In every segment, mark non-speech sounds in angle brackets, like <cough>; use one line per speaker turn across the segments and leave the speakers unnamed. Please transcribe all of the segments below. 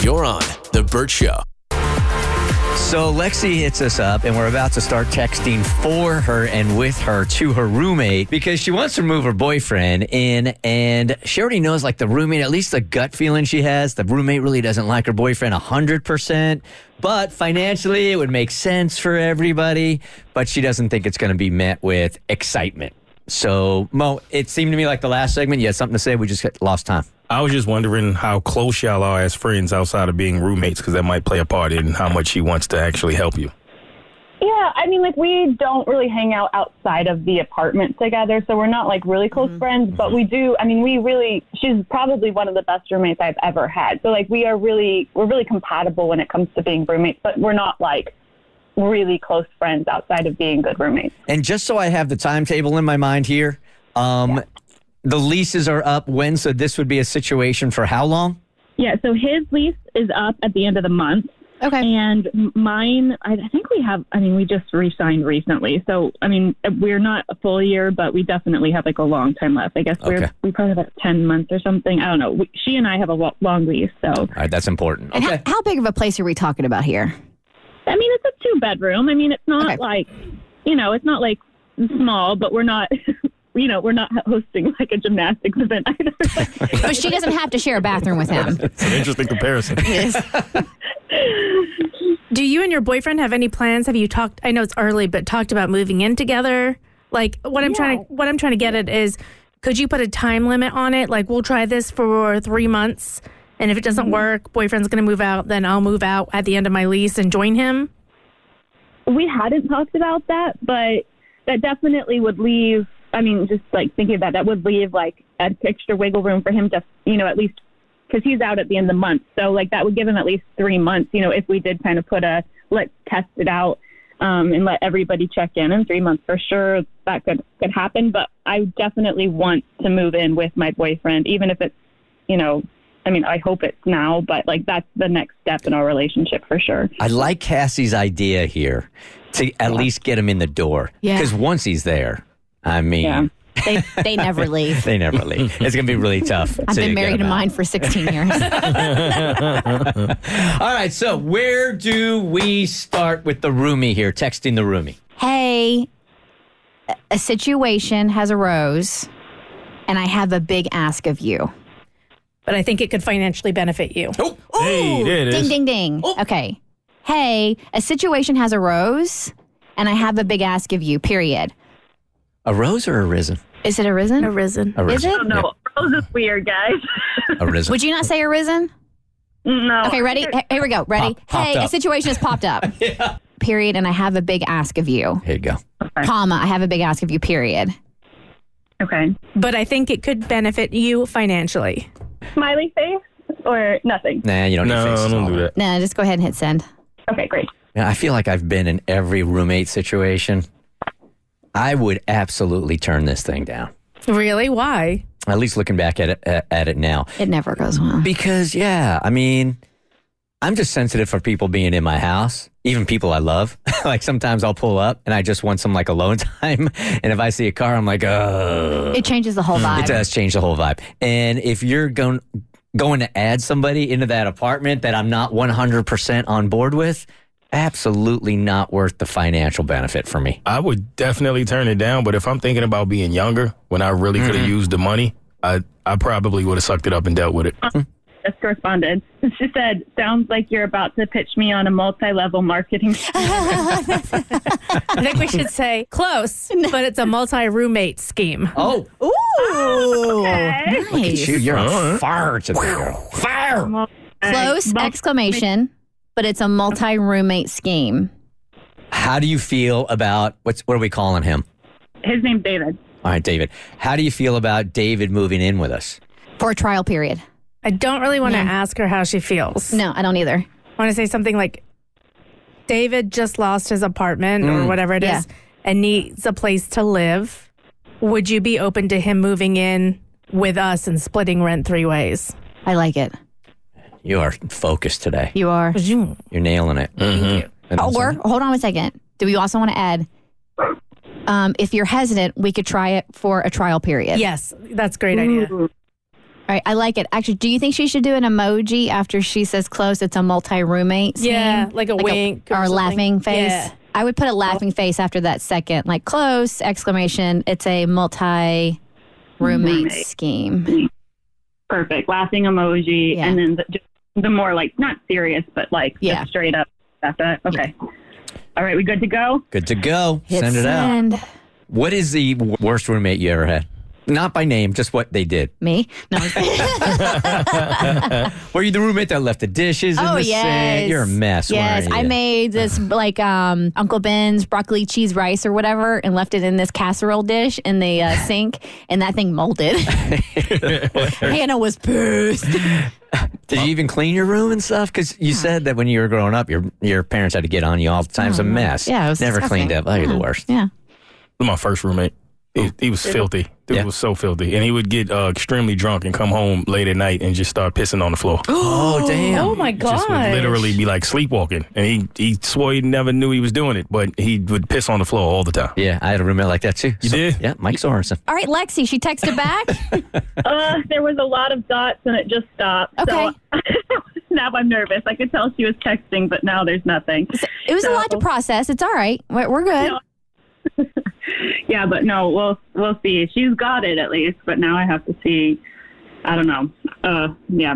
You're on The Burt Show.
So Lexi hits us up, and we're about to start texting for her and with her to her roommate because she wants to move her boyfriend in, and she already knows like the roommate, at least the gut feeling she has, the roommate really doesn't like her boyfriend hundred percent. But financially, it would make sense for everybody, but she doesn't think it's going to be met with excitement. So Mo, it seemed to me like the last segment, you had something to say. We just got- lost time.
I was just wondering how close y'all are as friends outside of being roommates, because that might play a part in how much she wants to actually help you.
Yeah, I mean, like we don't really hang out outside of the apartment together, so we're not like really close friends, but we do. I mean, we really. She's probably one of the best roommates I've ever had. So like we are really we're really compatible when it comes to being roommates, but we're not like really close friends outside of being good roommates.
And just so I have the timetable in my mind here, um, the leases are up when, so this would be a situation for how long?
Yeah. So his lease is up at the end of the month.
Okay.
And m- mine, I I think we have, I mean, we just re signed recently. So, I mean, we're not a full year, but we definitely have like a long time left. I guess
Okay.
we're, we probably have like 10 months or something. I don't know. We, she and I have a lo- long lease. So,
All right, that's important.
And
Okay.
how, how big of a place are we talking about here?
I mean, it's a two bedroom. I mean, it's not
Okay.
like, you know, it's not like small, but we're not, <laughs> you know, we're not hosting like a gymnastics event either.
But she doesn't have to share a bathroom with him.
<laughs>
It's an interesting <laughs> comparison.
Do you and your boyfriend have any plans? Have you talked? I know it's early, but talked about moving in together. Like what I'm trying to what I'm trying to get at is, could you put a time limit on it? Like we'll try this for three months, and if it doesn't work, boyfriend's going to move out. Then I'll move out at the end of my lease and join him.
we hadn't talked about that, but that definitely would leave. I mean, just like thinking about that would leave like an extra wiggle room for him to, you know, at least because he's out at the end of the month. So like that would give him at least three months, you know, if we did kind of put a let's test it out um, and let everybody check in in three months for sure that could could happen. But I definitely want to move in with my boyfriend, even if it's, you know, I mean, I hope it's now, but like that's the next step in our relationship for sure.
I like Cassie's idea here to at least get him in the door.
Yeah.
Because once he's there, I mean,
Yeah.
They, they never leave.
they never leave. It's going to be really tough.
I've
to
been
get
married
him
to
out.
mine for 16
<laughs>
years.
All right, so where do we start with the roomie here? Texting the roomie.
hey, a- a situation has arose, and I have a big ask of you.
But I think it could financially benefit you.
Oh.
Hey, there it
ding,
is.
ding, ding.
Oh.
Okay. Hey, a situation has arose, and I have a big ask of you, period.
A rose or a risen?
Is it arisen?
Arisen.
A
Is
risen.
it?
No, Rose is weird, guys. <laughs>
Yeah, a risen.
Would you not say arisen?
No.
Okay, ready? H- Here we go. Ready?
Pop- popped
hey, a
up.
situation has
<laughs>
popped up. Period. And I have a big ask of you.
here you go.
Comma, I have a big ask of you, period.
Okay.
But I think it could benefit you financially.
Smiley face or nothing?
Nah, you don't need
No,
faces and
don't
all
do that.
No, just go ahead and hit send.
Okay, great.
Yeah, I feel like I've been in every roommate situation. I would absolutely turn this thing down.
Really? Why?
At least looking back at it, at at it now,
It never goes well.
because yeah, I mean, I'm just sensitive for people being in my house, even people I love. <laughs> like sometimes I'll pull up and I just want some like alone <laughs> time, and if I see a car, I'm like, oh,
It changes the whole
it
vibe.
does change the whole vibe. And if you're going going to add somebody into that apartment that I'm not 100 percent on board with, absolutely not worth the financial benefit for me.
I would definitely turn it down, but if I'm thinking about being younger, when I really could have used the money, I, I probably would have sucked it up and dealt with it.
Just corresponded. She said, "Sounds like you're about to pitch me on a multi-level marketing."
I think we should say close, but it's a multi roommate scheme.
Oh,
Ooh.
Shoot,
Nice.
you're on
Alright.
fire today. girl. Fire!
<laughs> Close exclamation, but it's a multi roommate scheme.
How do you feel about what's what are we calling him?
His name's David.
All right, David. How do you feel about David moving in with us?
For a trial period.
I don't really want to ask her how she feels.
No, I don't either.
I want to say something like David just lost his apartment or
Mm.
whatever it is
Yeah.
and needs a place to live. Would you be open to him moving in with us and splitting rent three ways?
I like it.
You are focused today.
You are.
You're nailing it. And
Oh,
also-
or hold on a second. Do we also want to add? Um, if you're hesitant, we could try it for a trial period.
Yes, that's a great idea.
All right, I like it. Actually, do you think she should do an emoji after she says close? It's a multi roommate.
Yeah, like a wink or
or, a
something.
laughing face.
Yeah.
I would put a laughing face after that second, like close exclamation. It's a multi roommate
Roommate.
scheme.
Perfect. Laughing emoji.
Yeah.
And then the, just the more like, not serious, but like just
Yeah.
straight up. That's it. Okay. All right. We good to
<laughs>
go?
Good to go.
Hit
send it out.
send.
What is the w- worst roommate you ever had? Not by name, just what they did.
Me? No. I'm kidding.
<laughs>
<laughs>
Were you the roommate that left the dishes in
oh
the
yes.
sink? You're a mess.
Yes,
weren't
I
you? <sighs>
made this like um, Uncle Ben's broccoli cheese rice or whatever, and left it in this casserole dish in the uh, sink, and that
<laughs>
thing molded. <laughs> Hannah was pissed.
Did you even clean your room and stuff? Because you said that when you were growing up, your your parents had to get on you all the time. It's a mess.
Oh, Yeah, it was
never
disgusting.
cleaned up. Oh, you're the
Yeah.
worst.
Yeah.
My first roommate, he, he was filthy. Dude
Yeah.
was so filthy, and he would get uh, extremely drunk and come home late at night and just start pissing on the floor.
<gasps>
Oh, damn.
Oh my god!
Just would literally be like sleepwalking, and he he swore he never knew he was doing it, but he would piss on the floor all the time. <laughs>
Yeah, I had a roommate like that too.
You did?
Yeah, Mike Sorensen.
All right, Lexi, she texted back.
Uh, there was a lot of dots and it just stopped.
Okay.
So <laughs> now I'm nervous. I could tell she was texting, but now there's nothing.
it was a lot to process. It's all right. We're, we're good.
No. Yeah, but no, we'll we'll see. She's got it at least, but now I have to see. I don't know. Uh, yeah,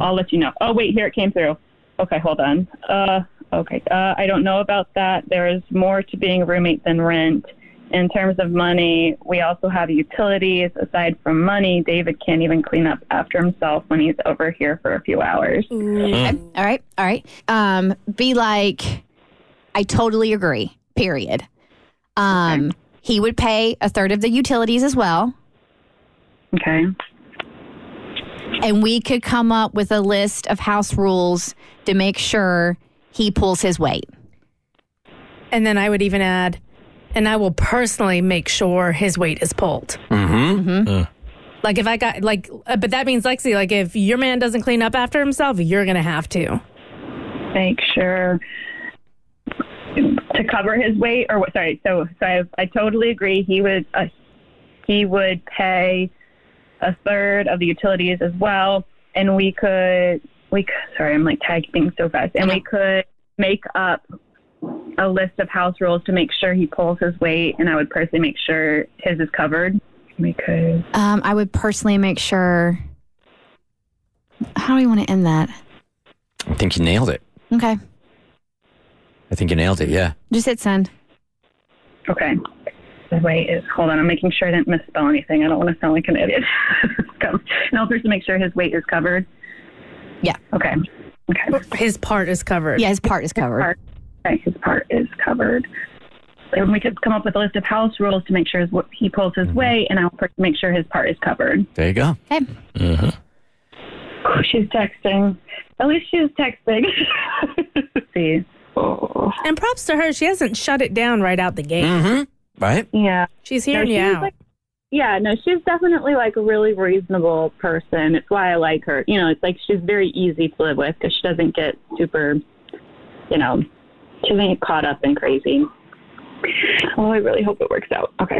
I'll let you know. Oh wait, here it came through. Okay, hold on. Uh, okay. Uh, I don't know about that. There is more to being a roommate than rent. In terms of money, we also have utilities. Aside from money, David can't even clean up after himself when he's over here for a few hours.
All right. All right. Um, be like, I totally agree. Period. Um, He would pay a third of the utilities as well.
Okay.
and we could come up with a list of house rules to make sure he pulls his weight.
And then I would even add, and I will personally make sure his weight is pulled.
Mm-hmm.
Uh.
Like if I got like, uh, but that means Lexi, like if your man doesn't clean up after himself, you're gonna have to.
make sure to cover his weight or what sorry so so i, I totally agree he would uh, he would pay a third of the utilities as well and we could we c- sorry i'm like typing so fast and we could make up a list of house rules to make sure he pulls his weight and i would personally make sure his is covered because
Um, I would personally make sure. How do you want to end that?
I think you nailed it.
Okay,
I think you nailed it. Yeah.
just hit send.
okay the weight is hold on i'm making sure i didn't misspell anything i don't want to sound like an idiot <laughs> Come. and i'll first make sure his weight is covered
Yeah.
okay okay
His part is covered.
Yeah, his part is covered.
part. Okay, his part is covered. And we could come up with a list of house rules to make sure his, he pulls his way, and I'll per- make sure his part is covered.
There you go.
Okay,
Oh, she's texting. At least she's texting. <laughs> See. Oh.
And props to her, she hasn't shut it down right out the gate.
Mm-hmm. Right?
Yeah.
She's hearing
No,
you
she's
out.
like- yeah, no, she's definitely like a really reasonable person. It's why I like her. You know, it's like she's very easy to live with because she doesn't get super, you know, she doesn't get caught up in crazy. Well, I really hope it works out. Okay.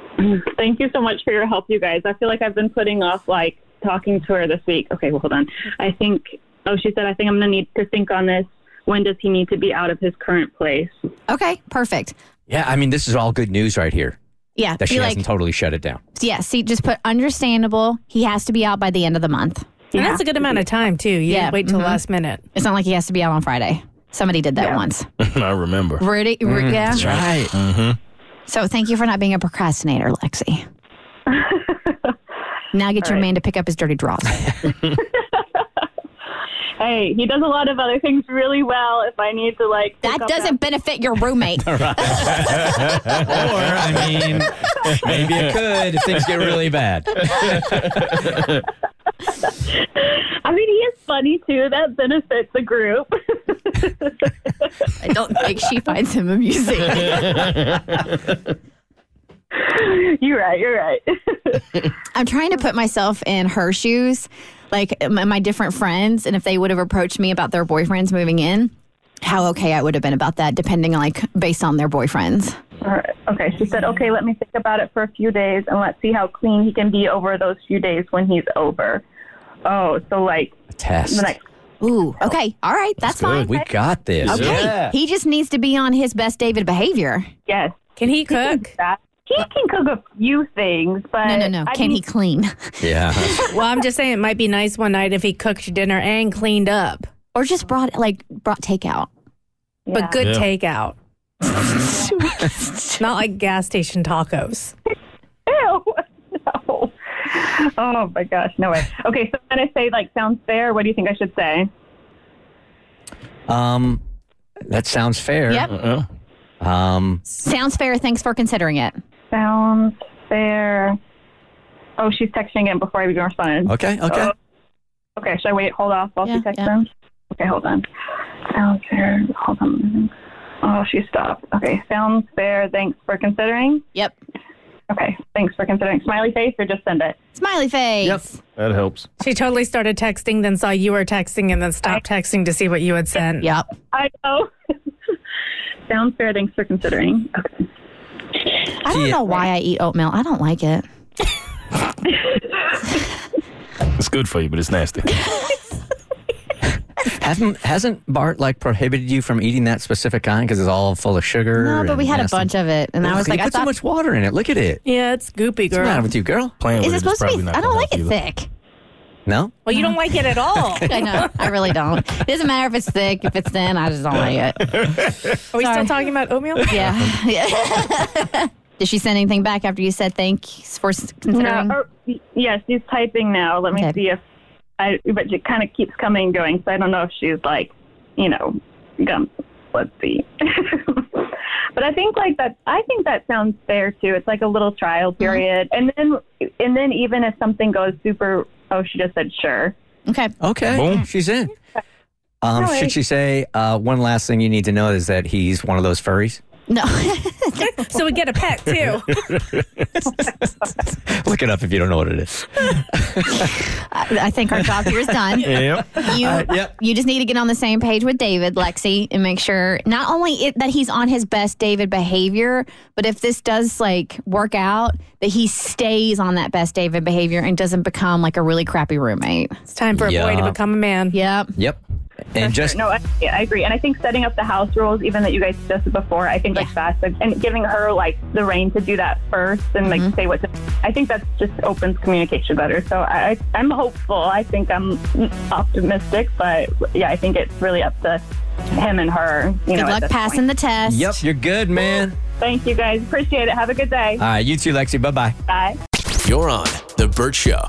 <clears throat> Thank you so much for your help, you guys. I feel like I've been putting off like talking to her this week. Okay, well, hold on. I think, oh, she said, I think I'm going to need to think on this. When does he need to be out of his current place?
okay, perfect.
Yeah, I mean, this is all good news right here
Yeah,
that she
be like,
hasn't totally shut it down.
yeah. See, just put understandable. He has to be out by the end of the month.
And that's a good amount of time too. You
Yeah,
didn't wait till
mhm.
last minute.
It's not like he has to be out on Friday. Somebody did that
Yeah.
once.
I remember.
Rudy, Ru- yeah.
right.
So thank you for not being a procrastinator, Lexi. now get your man to pick up his dirty drawers.
hey, he does a lot of other things really well. If I need to like pick
That
up
doesn't benefit your roommate.
Mm-hmm. Or, <laughs> I mean, maybe <laughs> it could if things get really
<laughs>
bad.
I mean, he is funny too. That benefits the group. <laughs>
I don't think she finds him amusing.
you're right. You're right.
I'm trying to put myself in her shoes, like my, my different friends, and if they would have approached me about their boyfriends moving in, how okay I would have been about that, depending like based on their boyfriends.
All right. Okay. She said, "Okay, let me think about it for a few days, and let's see how clean he can be over those few days when he's over." Oh, so like
A test.
the next.
Ooh, okay. All right. Oh. That's, fine.
good.
We got this.
Yeah.
okay. He just needs to be on his best David behavior.
Yes.
Can
<laughs>
he cook?
That. He can cook a few things, but
No, no, no.
I
Can
mean,
he clean? <laughs>
Yeah.
well, I'm just saying it might be nice one night if he cooked dinner and cleaned up,
or just brought like
<laughs>
brought takeout? <laughs>
yeah.
but good
Yeah.
takeout. Not like gas station tacos.
Ew. <laughs> No. Oh my gosh, no way. Okay, so then I say like sounds fair. What do you think I should say?
Um, that sounds fair.
Yep.
Uh-uh.
Um,
Sounds fair. Thanks for considering it.
Sounds fair. Oh, she's texting him before I even responded.
okay. Okay.
Okay, should I wait? Hold off while
Yeah,
she texts
yeah.
him? Okay, hold on. Sounds fair. Hold on. Oh, she stopped. Okay, sounds fair. Thanks for considering.
Yep.
Okay, thanks for considering. Smiley face or just send it?
Smiley face.
Yep.
That helps.
She totally started texting, then saw you were texting, and then stopped texting to see what you had sent.
Yep.
I know. <laughs> sounds fair. Thanks for considering. Okay.
I don't
Yeah.
know why I eat oatmeal. I don't like it.
It's good for you, but it's nasty.
Haven't hasn't Bart like prohibited you from eating that specific kind because it's all full of sugar?
No, but
and
we had a
nasty-
bunch of it, and I
Look,
was
you
like, I
put so
thought,
much water in it. Look at it.
Yeah, it's goopy,
What's the matter
girl.
with you, girl?
Playing
is
with
it
it is
supposed to
probably
be?
not
I don't
gonna
like it
help either.
thick.
No.
Well, you don't like it at all.
<laughs> I know. I really don't. It doesn't matter if it's thick, if it's thin. I just don't like it.
Are we
Sorry.
still talking about oatmeal?
Yeah. yeah. <laughs> Did she send anything back after you said thanks for s- considering?
No, or, yes, oh, she's typing now. Let me
Okay.
see if I. But it kind of keeps coming and going, so I don't know if she's like, you know, gum. Let's see. <laughs> but I think like that. I think that sounds fair too. It's like a little
Uh-huh.
trial period, and then and then even if something goes super, oh, she just said sure.
Okay.
Okay.
Boom.
She's in. Um,
Sorry.
should she say uh, one last thing you need to know is that he's one of those furries? <laughs>
No. <laughs>
So we get a pet too.
Look it up if you don't know what it is.
I, I think our job here is done.
Yep.
You,
Uh, yep.
you just need to get on the same page with David, Lexi, and make sure not only it, that he's on his best David behavior, but if this does like work out, that he stays on that best David behavior and doesn't become like a really crappy roommate.
It's time for a boy
Yeah.
to become a man.
Yep.
Yep. And just
No, I, yeah, I agree, and I think setting up the house rules, even that you guys suggested before, I think like that's and giving her like the reign to do that first and like
Mm-hmm.
say what. To, I think that just opens communication better. So I, I- I'm hopeful. I think I'm optimistic, but yeah, I think it's really up to him and her. You know,
Good
at
luck
this
passing
point.
the test.
yep, you're good, man.
Thank
Uh,
you guys. Appreciate it. Have a good day.
All right, you too, Lexi. Bye bye.
Bye.
You're on The Burt Show.